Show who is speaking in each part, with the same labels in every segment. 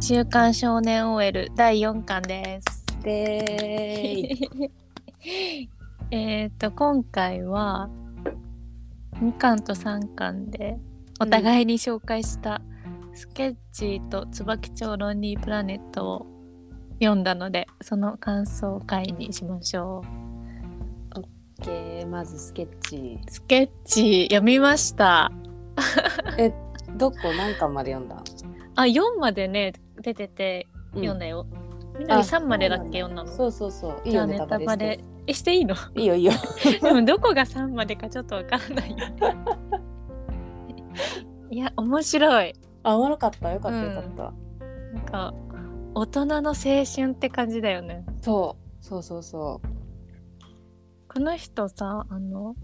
Speaker 1: 週刊少年 OL 第4巻です。
Speaker 2: で
Speaker 1: えっと今回は2巻と3巻でお互いに紹介した「スケッチーと椿町ロンリープラネット」を読んだのでその感想会にしましょう。
Speaker 2: ーまずスケッチ
Speaker 1: スケッチー読みました。
Speaker 2: えどこ何巻まで読んだ、
Speaker 1: あ4までね出てて読んだよ。みんな
Speaker 2: あ
Speaker 1: に3までだっけ読んだの。
Speaker 2: そうそうそういい
Speaker 1: じゃ
Speaker 2: よ
Speaker 1: あ
Speaker 2: ネ
Speaker 1: ネ
Speaker 2: タ
Speaker 1: タ
Speaker 2: バ
Speaker 1: バ
Speaker 2: レ
Speaker 1: レ
Speaker 2: し
Speaker 1: えしていいの
Speaker 2: ていいよいい よ
Speaker 1: でもどこが3までかちょっとわかんないよ ね。いや面白い。
Speaker 2: あおもろかったよかった
Speaker 1: うん
Speaker 2: よかった、
Speaker 1: なんか大人の青春って感じだよね。
Speaker 2: そうそうそうそう
Speaker 1: この人さあの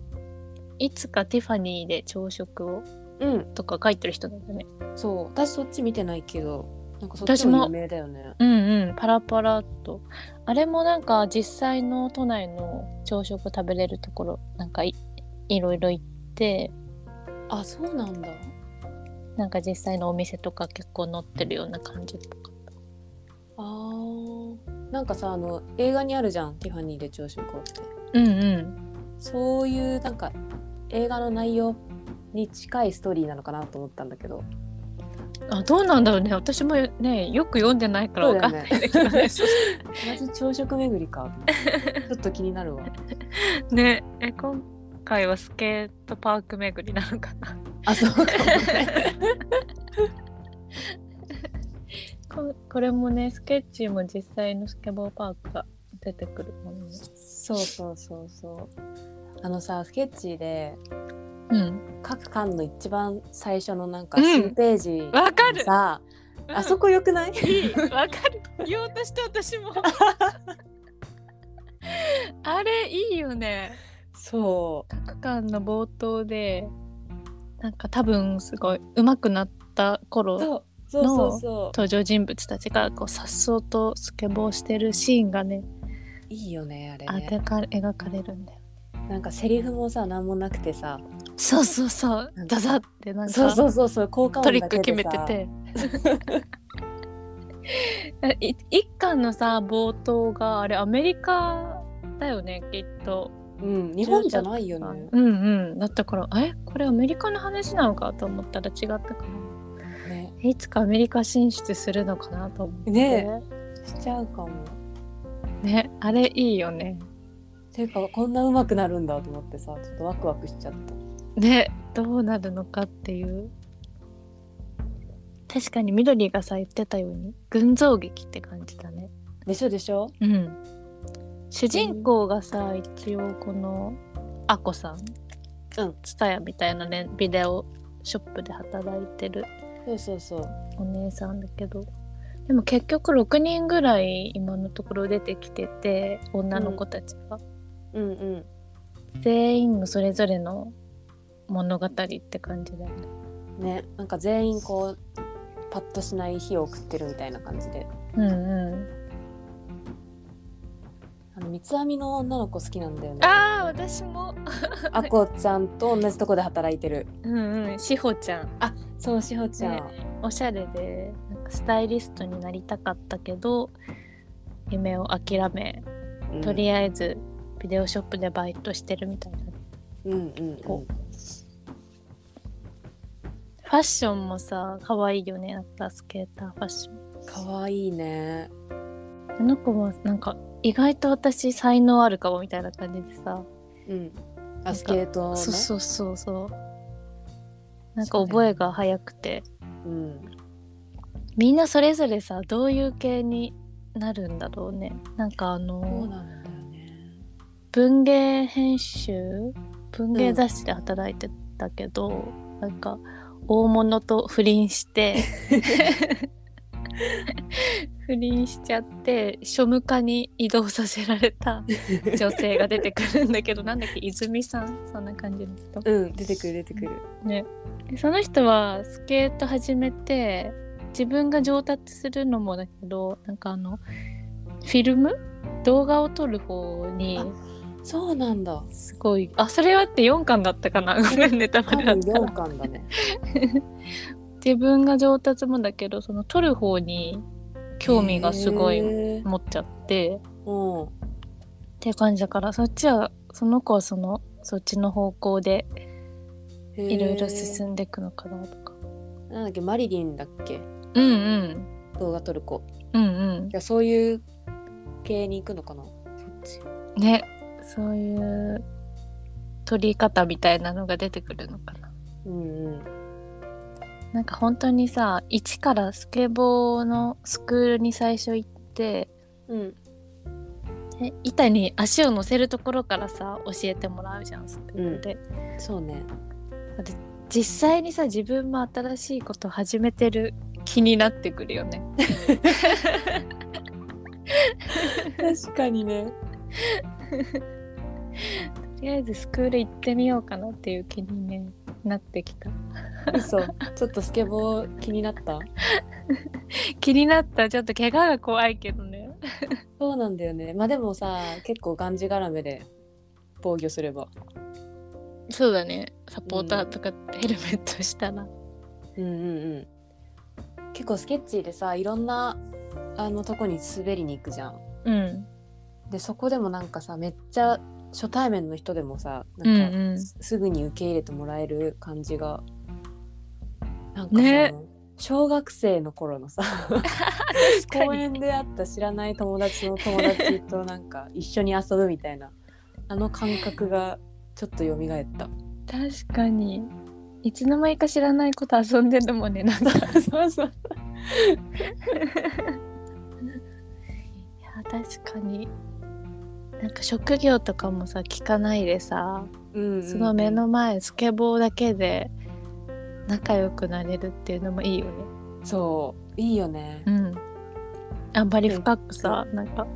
Speaker 1: いつかティファニーで朝食を
Speaker 2: うん
Speaker 1: とか書いてる人なんだね。
Speaker 2: そう私そっち見てないけどなんかそっ
Speaker 1: 私
Speaker 2: ちも
Speaker 1: も
Speaker 2: 有名だよね
Speaker 1: うんうんパラパラっと。あれもなんか実際の都内の朝食食べれるところなんかいいろいろ行って
Speaker 2: あそうなんだ
Speaker 1: なんか実際のお店とか結構載ってるような感じとか。
Speaker 2: あーなんかさあの映画にあるじゃんティファニーで朝食をって
Speaker 1: うんうん。
Speaker 2: そういうなんか映画の内容に近いストーリーなのかなと思ったんだけど
Speaker 1: あどうなんだろうね私もねよく読んでないからわかんないんだけど ね。
Speaker 2: 同じ朝食巡りかちょっと気になるわ
Speaker 1: ねえ今回はスケートパーク巡りなのかな
Speaker 2: あそうかもね
Speaker 1: ここれもねスケッチーも実際のスケボーパークが出てくるものね
Speaker 2: そうそうそうそうあのさスケッチで
Speaker 1: うん
Speaker 2: 各巻の一番最初のなんか
Speaker 1: うん
Speaker 2: 新ページに
Speaker 1: わかる
Speaker 2: さ、あそこよくない
Speaker 1: いいわかる言おうとした私 もあれいいよね
Speaker 2: そ
Speaker 1: 各巻の冒頭でなんか多分すごい上手くなった
Speaker 2: う
Speaker 1: 頃
Speaker 2: そうそうそうそ
Speaker 1: 登場人物たちがこう颯爽とスケボーしてるシーンがね
Speaker 2: ういいよねあ
Speaker 1: あ
Speaker 2: れ
Speaker 1: て
Speaker 2: ね
Speaker 1: か描かれるんだよ
Speaker 2: なんかセリフもさ何もなくてさ
Speaker 1: そうそうそう
Speaker 2: なんか
Speaker 1: ザザってなんか
Speaker 2: そうそうそうそう効果
Speaker 1: ト
Speaker 2: 音
Speaker 1: リ
Speaker 2: だ
Speaker 1: ッ
Speaker 2: け
Speaker 1: ク
Speaker 2: で
Speaker 1: 決め
Speaker 2: さ
Speaker 1: てて い一巻のさ冒頭があれアメリカだよねきっと
Speaker 2: うん日本じゃないよね
Speaker 1: うんうんだったからえこれアメリカの話なのかと思ったら違ったから
Speaker 2: ね
Speaker 1: いつかアメリカ進出するのかなと思って
Speaker 2: ねしちゃうかも
Speaker 1: ねあれいいよね
Speaker 2: ていうかこんな上手くなるんだと思ってさちょっとワクワクしちゃった
Speaker 1: ねどうなるのかっていう確かに緑がさ言ってたように群像劇って感じだね
Speaker 2: でしょでしょ
Speaker 1: うん主人公がさ一応このあこさん
Speaker 2: うん
Speaker 1: ツタヤみたいなねビデオショップで働いてる
Speaker 2: そうそうそう
Speaker 1: お姉さんだけどでも結局6人ぐらい今のところ出てきてて女の子たちが、
Speaker 2: うんうん
Speaker 1: 全員のそれぞれの物語って感じだよね
Speaker 2: ねなんか全員こうパッとしない日を送ってるみたいな感じで
Speaker 1: うんう
Speaker 2: あの三つ編みの女の子好きなんだよね
Speaker 1: んああ私も
Speaker 2: あこちゃんと同じとこで働いてる
Speaker 1: うんうんしほちゃん
Speaker 2: そうしほちゃん、
Speaker 1: おしゃれでなんかスタイリストになりたかったけど夢を諦め
Speaker 2: うん
Speaker 1: とりあえずビデオショップでバイトしてるみたいな、フ
Speaker 2: うんうん
Speaker 1: こァッションもさ可愛いよねあったスケーターファッション
Speaker 2: うんかわいいね
Speaker 1: あの子もなんか意外と私才能あるかもみたいな感じでさ、
Speaker 2: うん
Speaker 1: なんか
Speaker 2: あスケートのね
Speaker 1: そうそうそうそうなんか覚えが早くて
Speaker 2: うん
Speaker 1: みんなそれぞれさどういう系になるんだろうねなんかあの
Speaker 2: そうなんだよね
Speaker 1: 文芸編集文芸雑誌で働いてたけど、なんか大物と不倫して不倫しちゃって庶務課に移動させられた女性が出てくるんだけどなんだっけ泉さんそんな感じの人
Speaker 2: うん出てくる出てくる
Speaker 1: ねでその人はスケート始めて自分が上達するのもだけどなんかあのフィルム動画を撮る方に
Speaker 2: あそうなんだ
Speaker 1: すごい。あ、それはって4巻だったかな。ごめん、ネタバ
Speaker 2: 多
Speaker 1: レだっ
Speaker 2: 分
Speaker 1: た
Speaker 2: 4
Speaker 1: ら。
Speaker 2: 巻だね
Speaker 1: 自分が上達もだけどその撮る方に興味がすごい
Speaker 2: へー
Speaker 1: 持っちゃって
Speaker 2: うん
Speaker 1: っていう感じだからそっちはその子はそのそっちの方向で
Speaker 2: へー
Speaker 1: いろいろ進んでいくのかなとか。
Speaker 2: なんだっけマリリンだっけ
Speaker 1: うんうん
Speaker 2: 動画撮る子
Speaker 1: うん
Speaker 2: いやそういう系に行くのかなそっち
Speaker 1: うん。ねそういう撮り方みたいなのが出てくるのかな。
Speaker 2: うんうん
Speaker 1: なんか本当にさ一からスケボーのスクールに最初行って
Speaker 2: うん
Speaker 1: え板に足を乗せるところからさ教えてもらうじゃんスクールで。
Speaker 2: そうね
Speaker 1: 実際にさ自分も新しいこと始めてる気になってくるよね。
Speaker 2: 確かにね
Speaker 1: とりあえずスクール行ってみようかなっていう気に、ね、なってきた。
Speaker 2: 嘘ちょっとスケボー気になった
Speaker 1: 気になったちょっと怪我が怖いけどね。
Speaker 2: そうなんだよねまあでもさ結構がんじがらめで防御すれば
Speaker 1: そうだねサポーターとかヘルメットしたら。
Speaker 2: うんうんうん結構スケッチーでさいろんなあのとこに滑りに行くじゃん
Speaker 1: うん。
Speaker 2: でそこでもなんかさめっちゃ初対面の人でもさなんか、
Speaker 1: うんうん
Speaker 2: すすぐに受け入れてもらえる感じがなんかさ、
Speaker 1: ね
Speaker 2: 小学生の頃のさ
Speaker 1: かに
Speaker 2: 公園で会った知らない友達の友達となんか一緒に遊ぶみたいなあの感覚がちょっと蘇った。
Speaker 1: 確かに。いつの間にか知らないこと遊んでるもんね なんか。
Speaker 2: そうそう
Speaker 1: いや確かになんか職業とかもさ聞かないでさ、
Speaker 2: うんうん
Speaker 1: その目の前スケボーだけで仲良くなれるっていうのもいいよね。
Speaker 2: そういいよね。
Speaker 1: うん、あんまり深くさ、なんか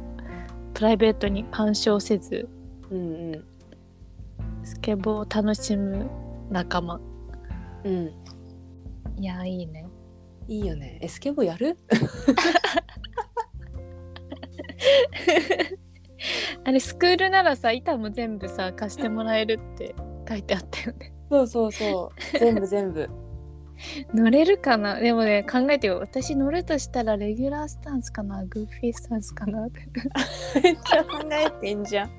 Speaker 1: プライベートに干渉せず
Speaker 2: うんうん
Speaker 1: スケボーを楽しむ仲間
Speaker 2: うん
Speaker 1: いやいいね
Speaker 2: いいよね。えスケボーやる？
Speaker 1: あれスクールならさ板も全部さ貸してもらえるって書いてあったよね
Speaker 2: そうそうそう全部全部。
Speaker 1: 乗れるかなでもね考えてよ私乗るとしたらレギュラースタンスかなグーフィースタンスかな
Speaker 2: めっちゃ考えてんじゃん。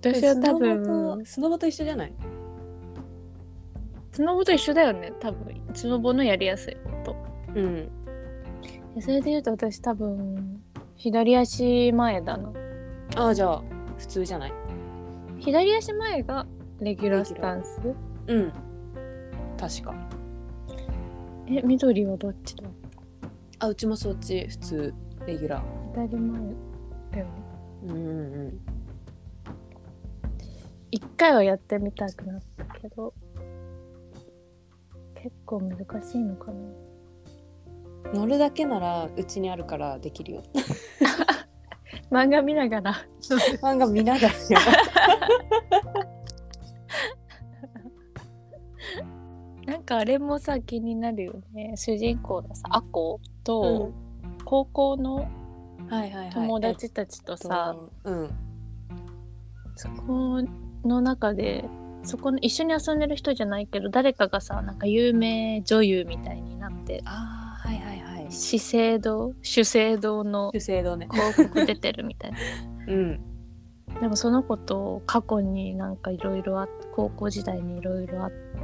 Speaker 1: 私は多分
Speaker 2: スノボとスノボと一緒じゃない？
Speaker 1: スノボと一緒だよね多分スノボのやりやすいこと
Speaker 2: うん。
Speaker 1: でそれで言うと私多分左足前だな
Speaker 2: ああじゃあ普通じゃない？
Speaker 1: 左足前がレギュラースタンス
Speaker 2: うん。確か。
Speaker 1: え緑はどっちだ
Speaker 2: あうちもそっち普通レギュラー。
Speaker 1: 左前だよね
Speaker 2: うんうんうん。
Speaker 1: 一回はやってみたくなったけど結構難しいのかな
Speaker 2: 乗るだけならうちにあるからでき るよ。
Speaker 1: 漫画見ながら
Speaker 2: 漫画見ながら。
Speaker 1: なんかあれもさ気になるよね主人公のさアコと高校の
Speaker 2: はいはいはい。
Speaker 1: 友達たちと
Speaker 2: と
Speaker 1: さ、
Speaker 2: うん。
Speaker 1: そこの中でそこの一緒に遊んでる人じゃないけど誰かがさなんか有名女優みたいになって
Speaker 2: ああはいはいはい。
Speaker 1: 資生堂資生堂の
Speaker 2: 主制度ね。
Speaker 1: 広告出てるみたいな
Speaker 2: うん。
Speaker 1: でもその子と過去になんかいろいろあって高校時代にいろいろあって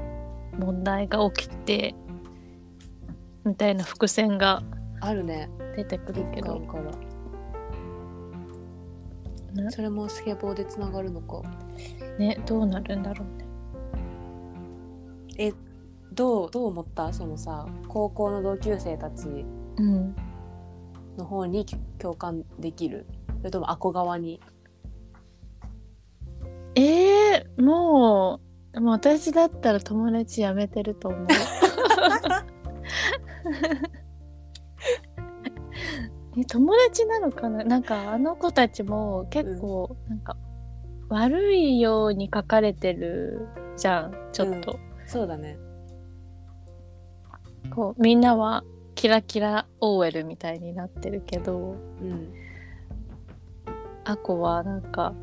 Speaker 1: 問題が起きてみたいな伏線が
Speaker 2: あるね。
Speaker 1: 出てくるけど
Speaker 2: 一巻から
Speaker 1: ね
Speaker 2: それもスケボーでつながるのか。
Speaker 1: ねどうなるんだろうね
Speaker 2: えどうどう思ったそのさ高校の同級生たち
Speaker 1: うん
Speaker 2: の方にき共感できるそれともアコ側に
Speaker 1: えー、もうもう私だったら友達辞めてると 思うえ友達なのかななんかあの子たちも結構なんか悪いように書かれてるじゃんちょっと、
Speaker 2: そうだね
Speaker 1: こうみんなはキラキラ OL みたいになってるけど
Speaker 2: うん
Speaker 1: アコはなんか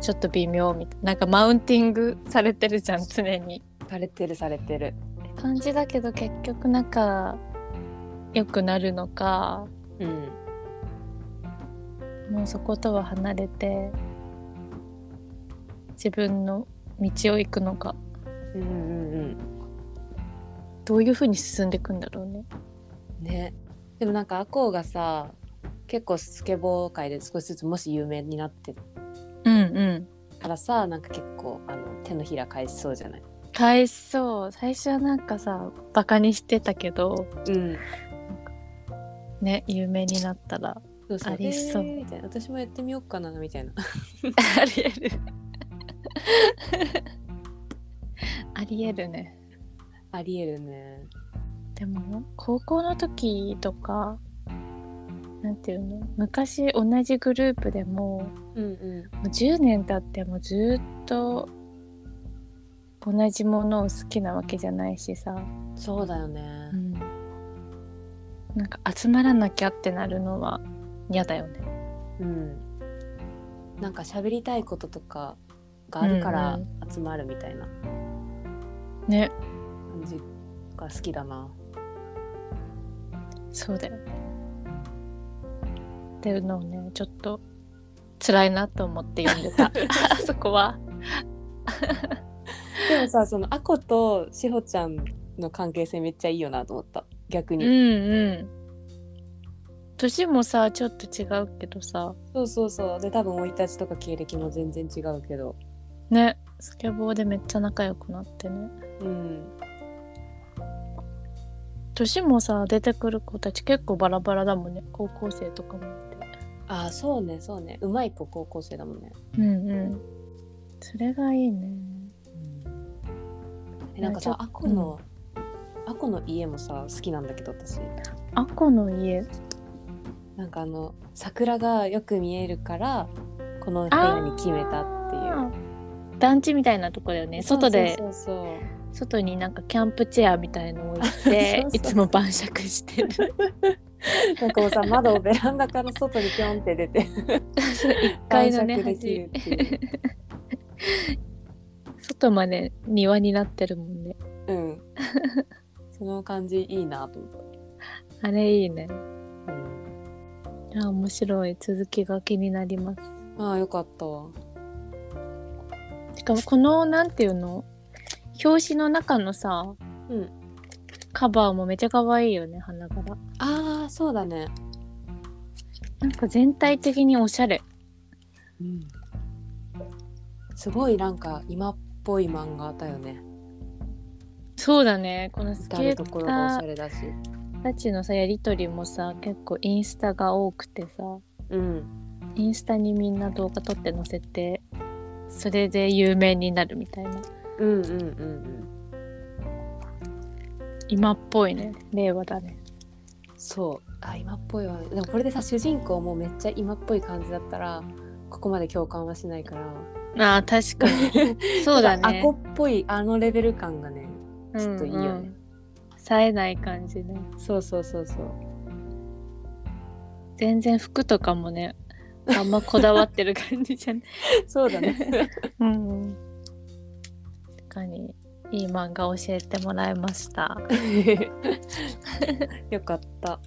Speaker 1: ちょっと微妙みたいななんかマウンティングされてるじゃん常に
Speaker 2: されてるされてる
Speaker 1: 感じだけど結局仲良くなるのか
Speaker 2: うん
Speaker 1: もうそことは離れて自分の道を行くのか
Speaker 2: うんうんうん
Speaker 1: どういう風に進んでいくんだろうね。
Speaker 2: ねでもなんかアコーがさ結構スケボー界で少しずつもし有名になって
Speaker 1: うんうん。
Speaker 2: からさなんか結構あの手のひら返しそうじゃない
Speaker 1: 返しそう最初はなんかさバカにしてたけど
Speaker 2: うん
Speaker 1: ね有名になったら
Speaker 2: そうそう
Speaker 1: ありそう
Speaker 2: えーみたいな私もやってみようかなみたいな
Speaker 1: ありえる ありえるね
Speaker 2: ありえるね
Speaker 1: でも高校の時とかなんていうの昔同じグループでも
Speaker 2: うんう
Speaker 1: もう10年経ってもずっと同じものを好きなわけじゃないしさ、
Speaker 2: んそうだよね
Speaker 1: なんか集まらなきゃってなるのは嫌だよね
Speaker 2: うんなんか喋りたいこととかがあるから
Speaker 1: うん
Speaker 2: 集まるみたいな
Speaker 1: ね
Speaker 2: 感じが好きだな
Speaker 1: そうだよねっていうのをねちょっと辛いなと思って読んでたそこは
Speaker 2: でもさそのアコとしほちゃんの関係性めっちゃいいよなと思った逆
Speaker 1: うん
Speaker 2: に、
Speaker 1: うん年もさちょっと違うけどさ
Speaker 2: そうそうそうで多分生い立ちとか経歴も全然違うけど
Speaker 1: ねスケボーでめっちゃ仲良くなってね
Speaker 2: うん
Speaker 1: 年もさ出てくる子たち結構バラバラだもんね高校生とかもいて
Speaker 2: ああそうねそうねうまい子高校生だもんね、
Speaker 1: うんうんそれがいいね
Speaker 2: えなんか
Speaker 1: い
Speaker 2: さ
Speaker 1: やちょ
Speaker 2: アコの、アコの家もさ好きなんだけど私
Speaker 1: あこの家
Speaker 2: なんかあの桜がよく見えるからこの部屋に決めたっていう
Speaker 1: 団地みたいなとこだよね外で
Speaker 2: そうそうそう
Speaker 1: 外になんかキャンプチェアみたいのを置いて
Speaker 2: そうそう
Speaker 1: いつも晩酌してる
Speaker 2: そうなんかもうさ窓をベランダから外にピョンって出て
Speaker 1: 1階のね
Speaker 2: 晩酌できる
Speaker 1: 端
Speaker 2: っていう
Speaker 1: 外まで庭になってるもんね
Speaker 2: うんその感じいいなと思っ
Speaker 1: あれいいね
Speaker 2: た、うん
Speaker 1: いや面白い続きが気になります
Speaker 2: ああよかったわ
Speaker 1: しかもこのなんていうの表紙の中のさ、
Speaker 2: うん
Speaker 1: カバーもめちゃ可愛いよね花柄
Speaker 2: ああそうだね、
Speaker 1: なんか全体的におしゃれ
Speaker 2: うん、すごいなんか今っぽい漫画だよね
Speaker 1: そうだねこのス
Speaker 2: 至
Speaker 1: ケ
Speaker 2: る
Speaker 1: ータ
Speaker 2: ところがおしゃ
Speaker 1: ー
Speaker 2: れだし
Speaker 1: たちのさやりとりもさ結構インスタが多くてさ
Speaker 2: うん
Speaker 1: インスタにみんな動画撮って載せてそれで有名になるみたいな
Speaker 2: うんうんうんうん
Speaker 1: 今っぽいね令和だね
Speaker 2: そうあ今っぽいわでもこれでさ主人公もめっちゃ今っぽい感じだったらここまで共感はしないから
Speaker 1: あー確かに そうだ
Speaker 2: なんかア
Speaker 1: ね
Speaker 2: コっぽいあのレベル感がねちょっといいよね
Speaker 1: うんうん冴えない感じね
Speaker 2: そうそうそうそう
Speaker 1: 全然服とかもねあんまこだわってる感じじゃない
Speaker 2: そうだね
Speaker 1: うん、うん、確かにいい漫画教えてもらいました
Speaker 2: よかった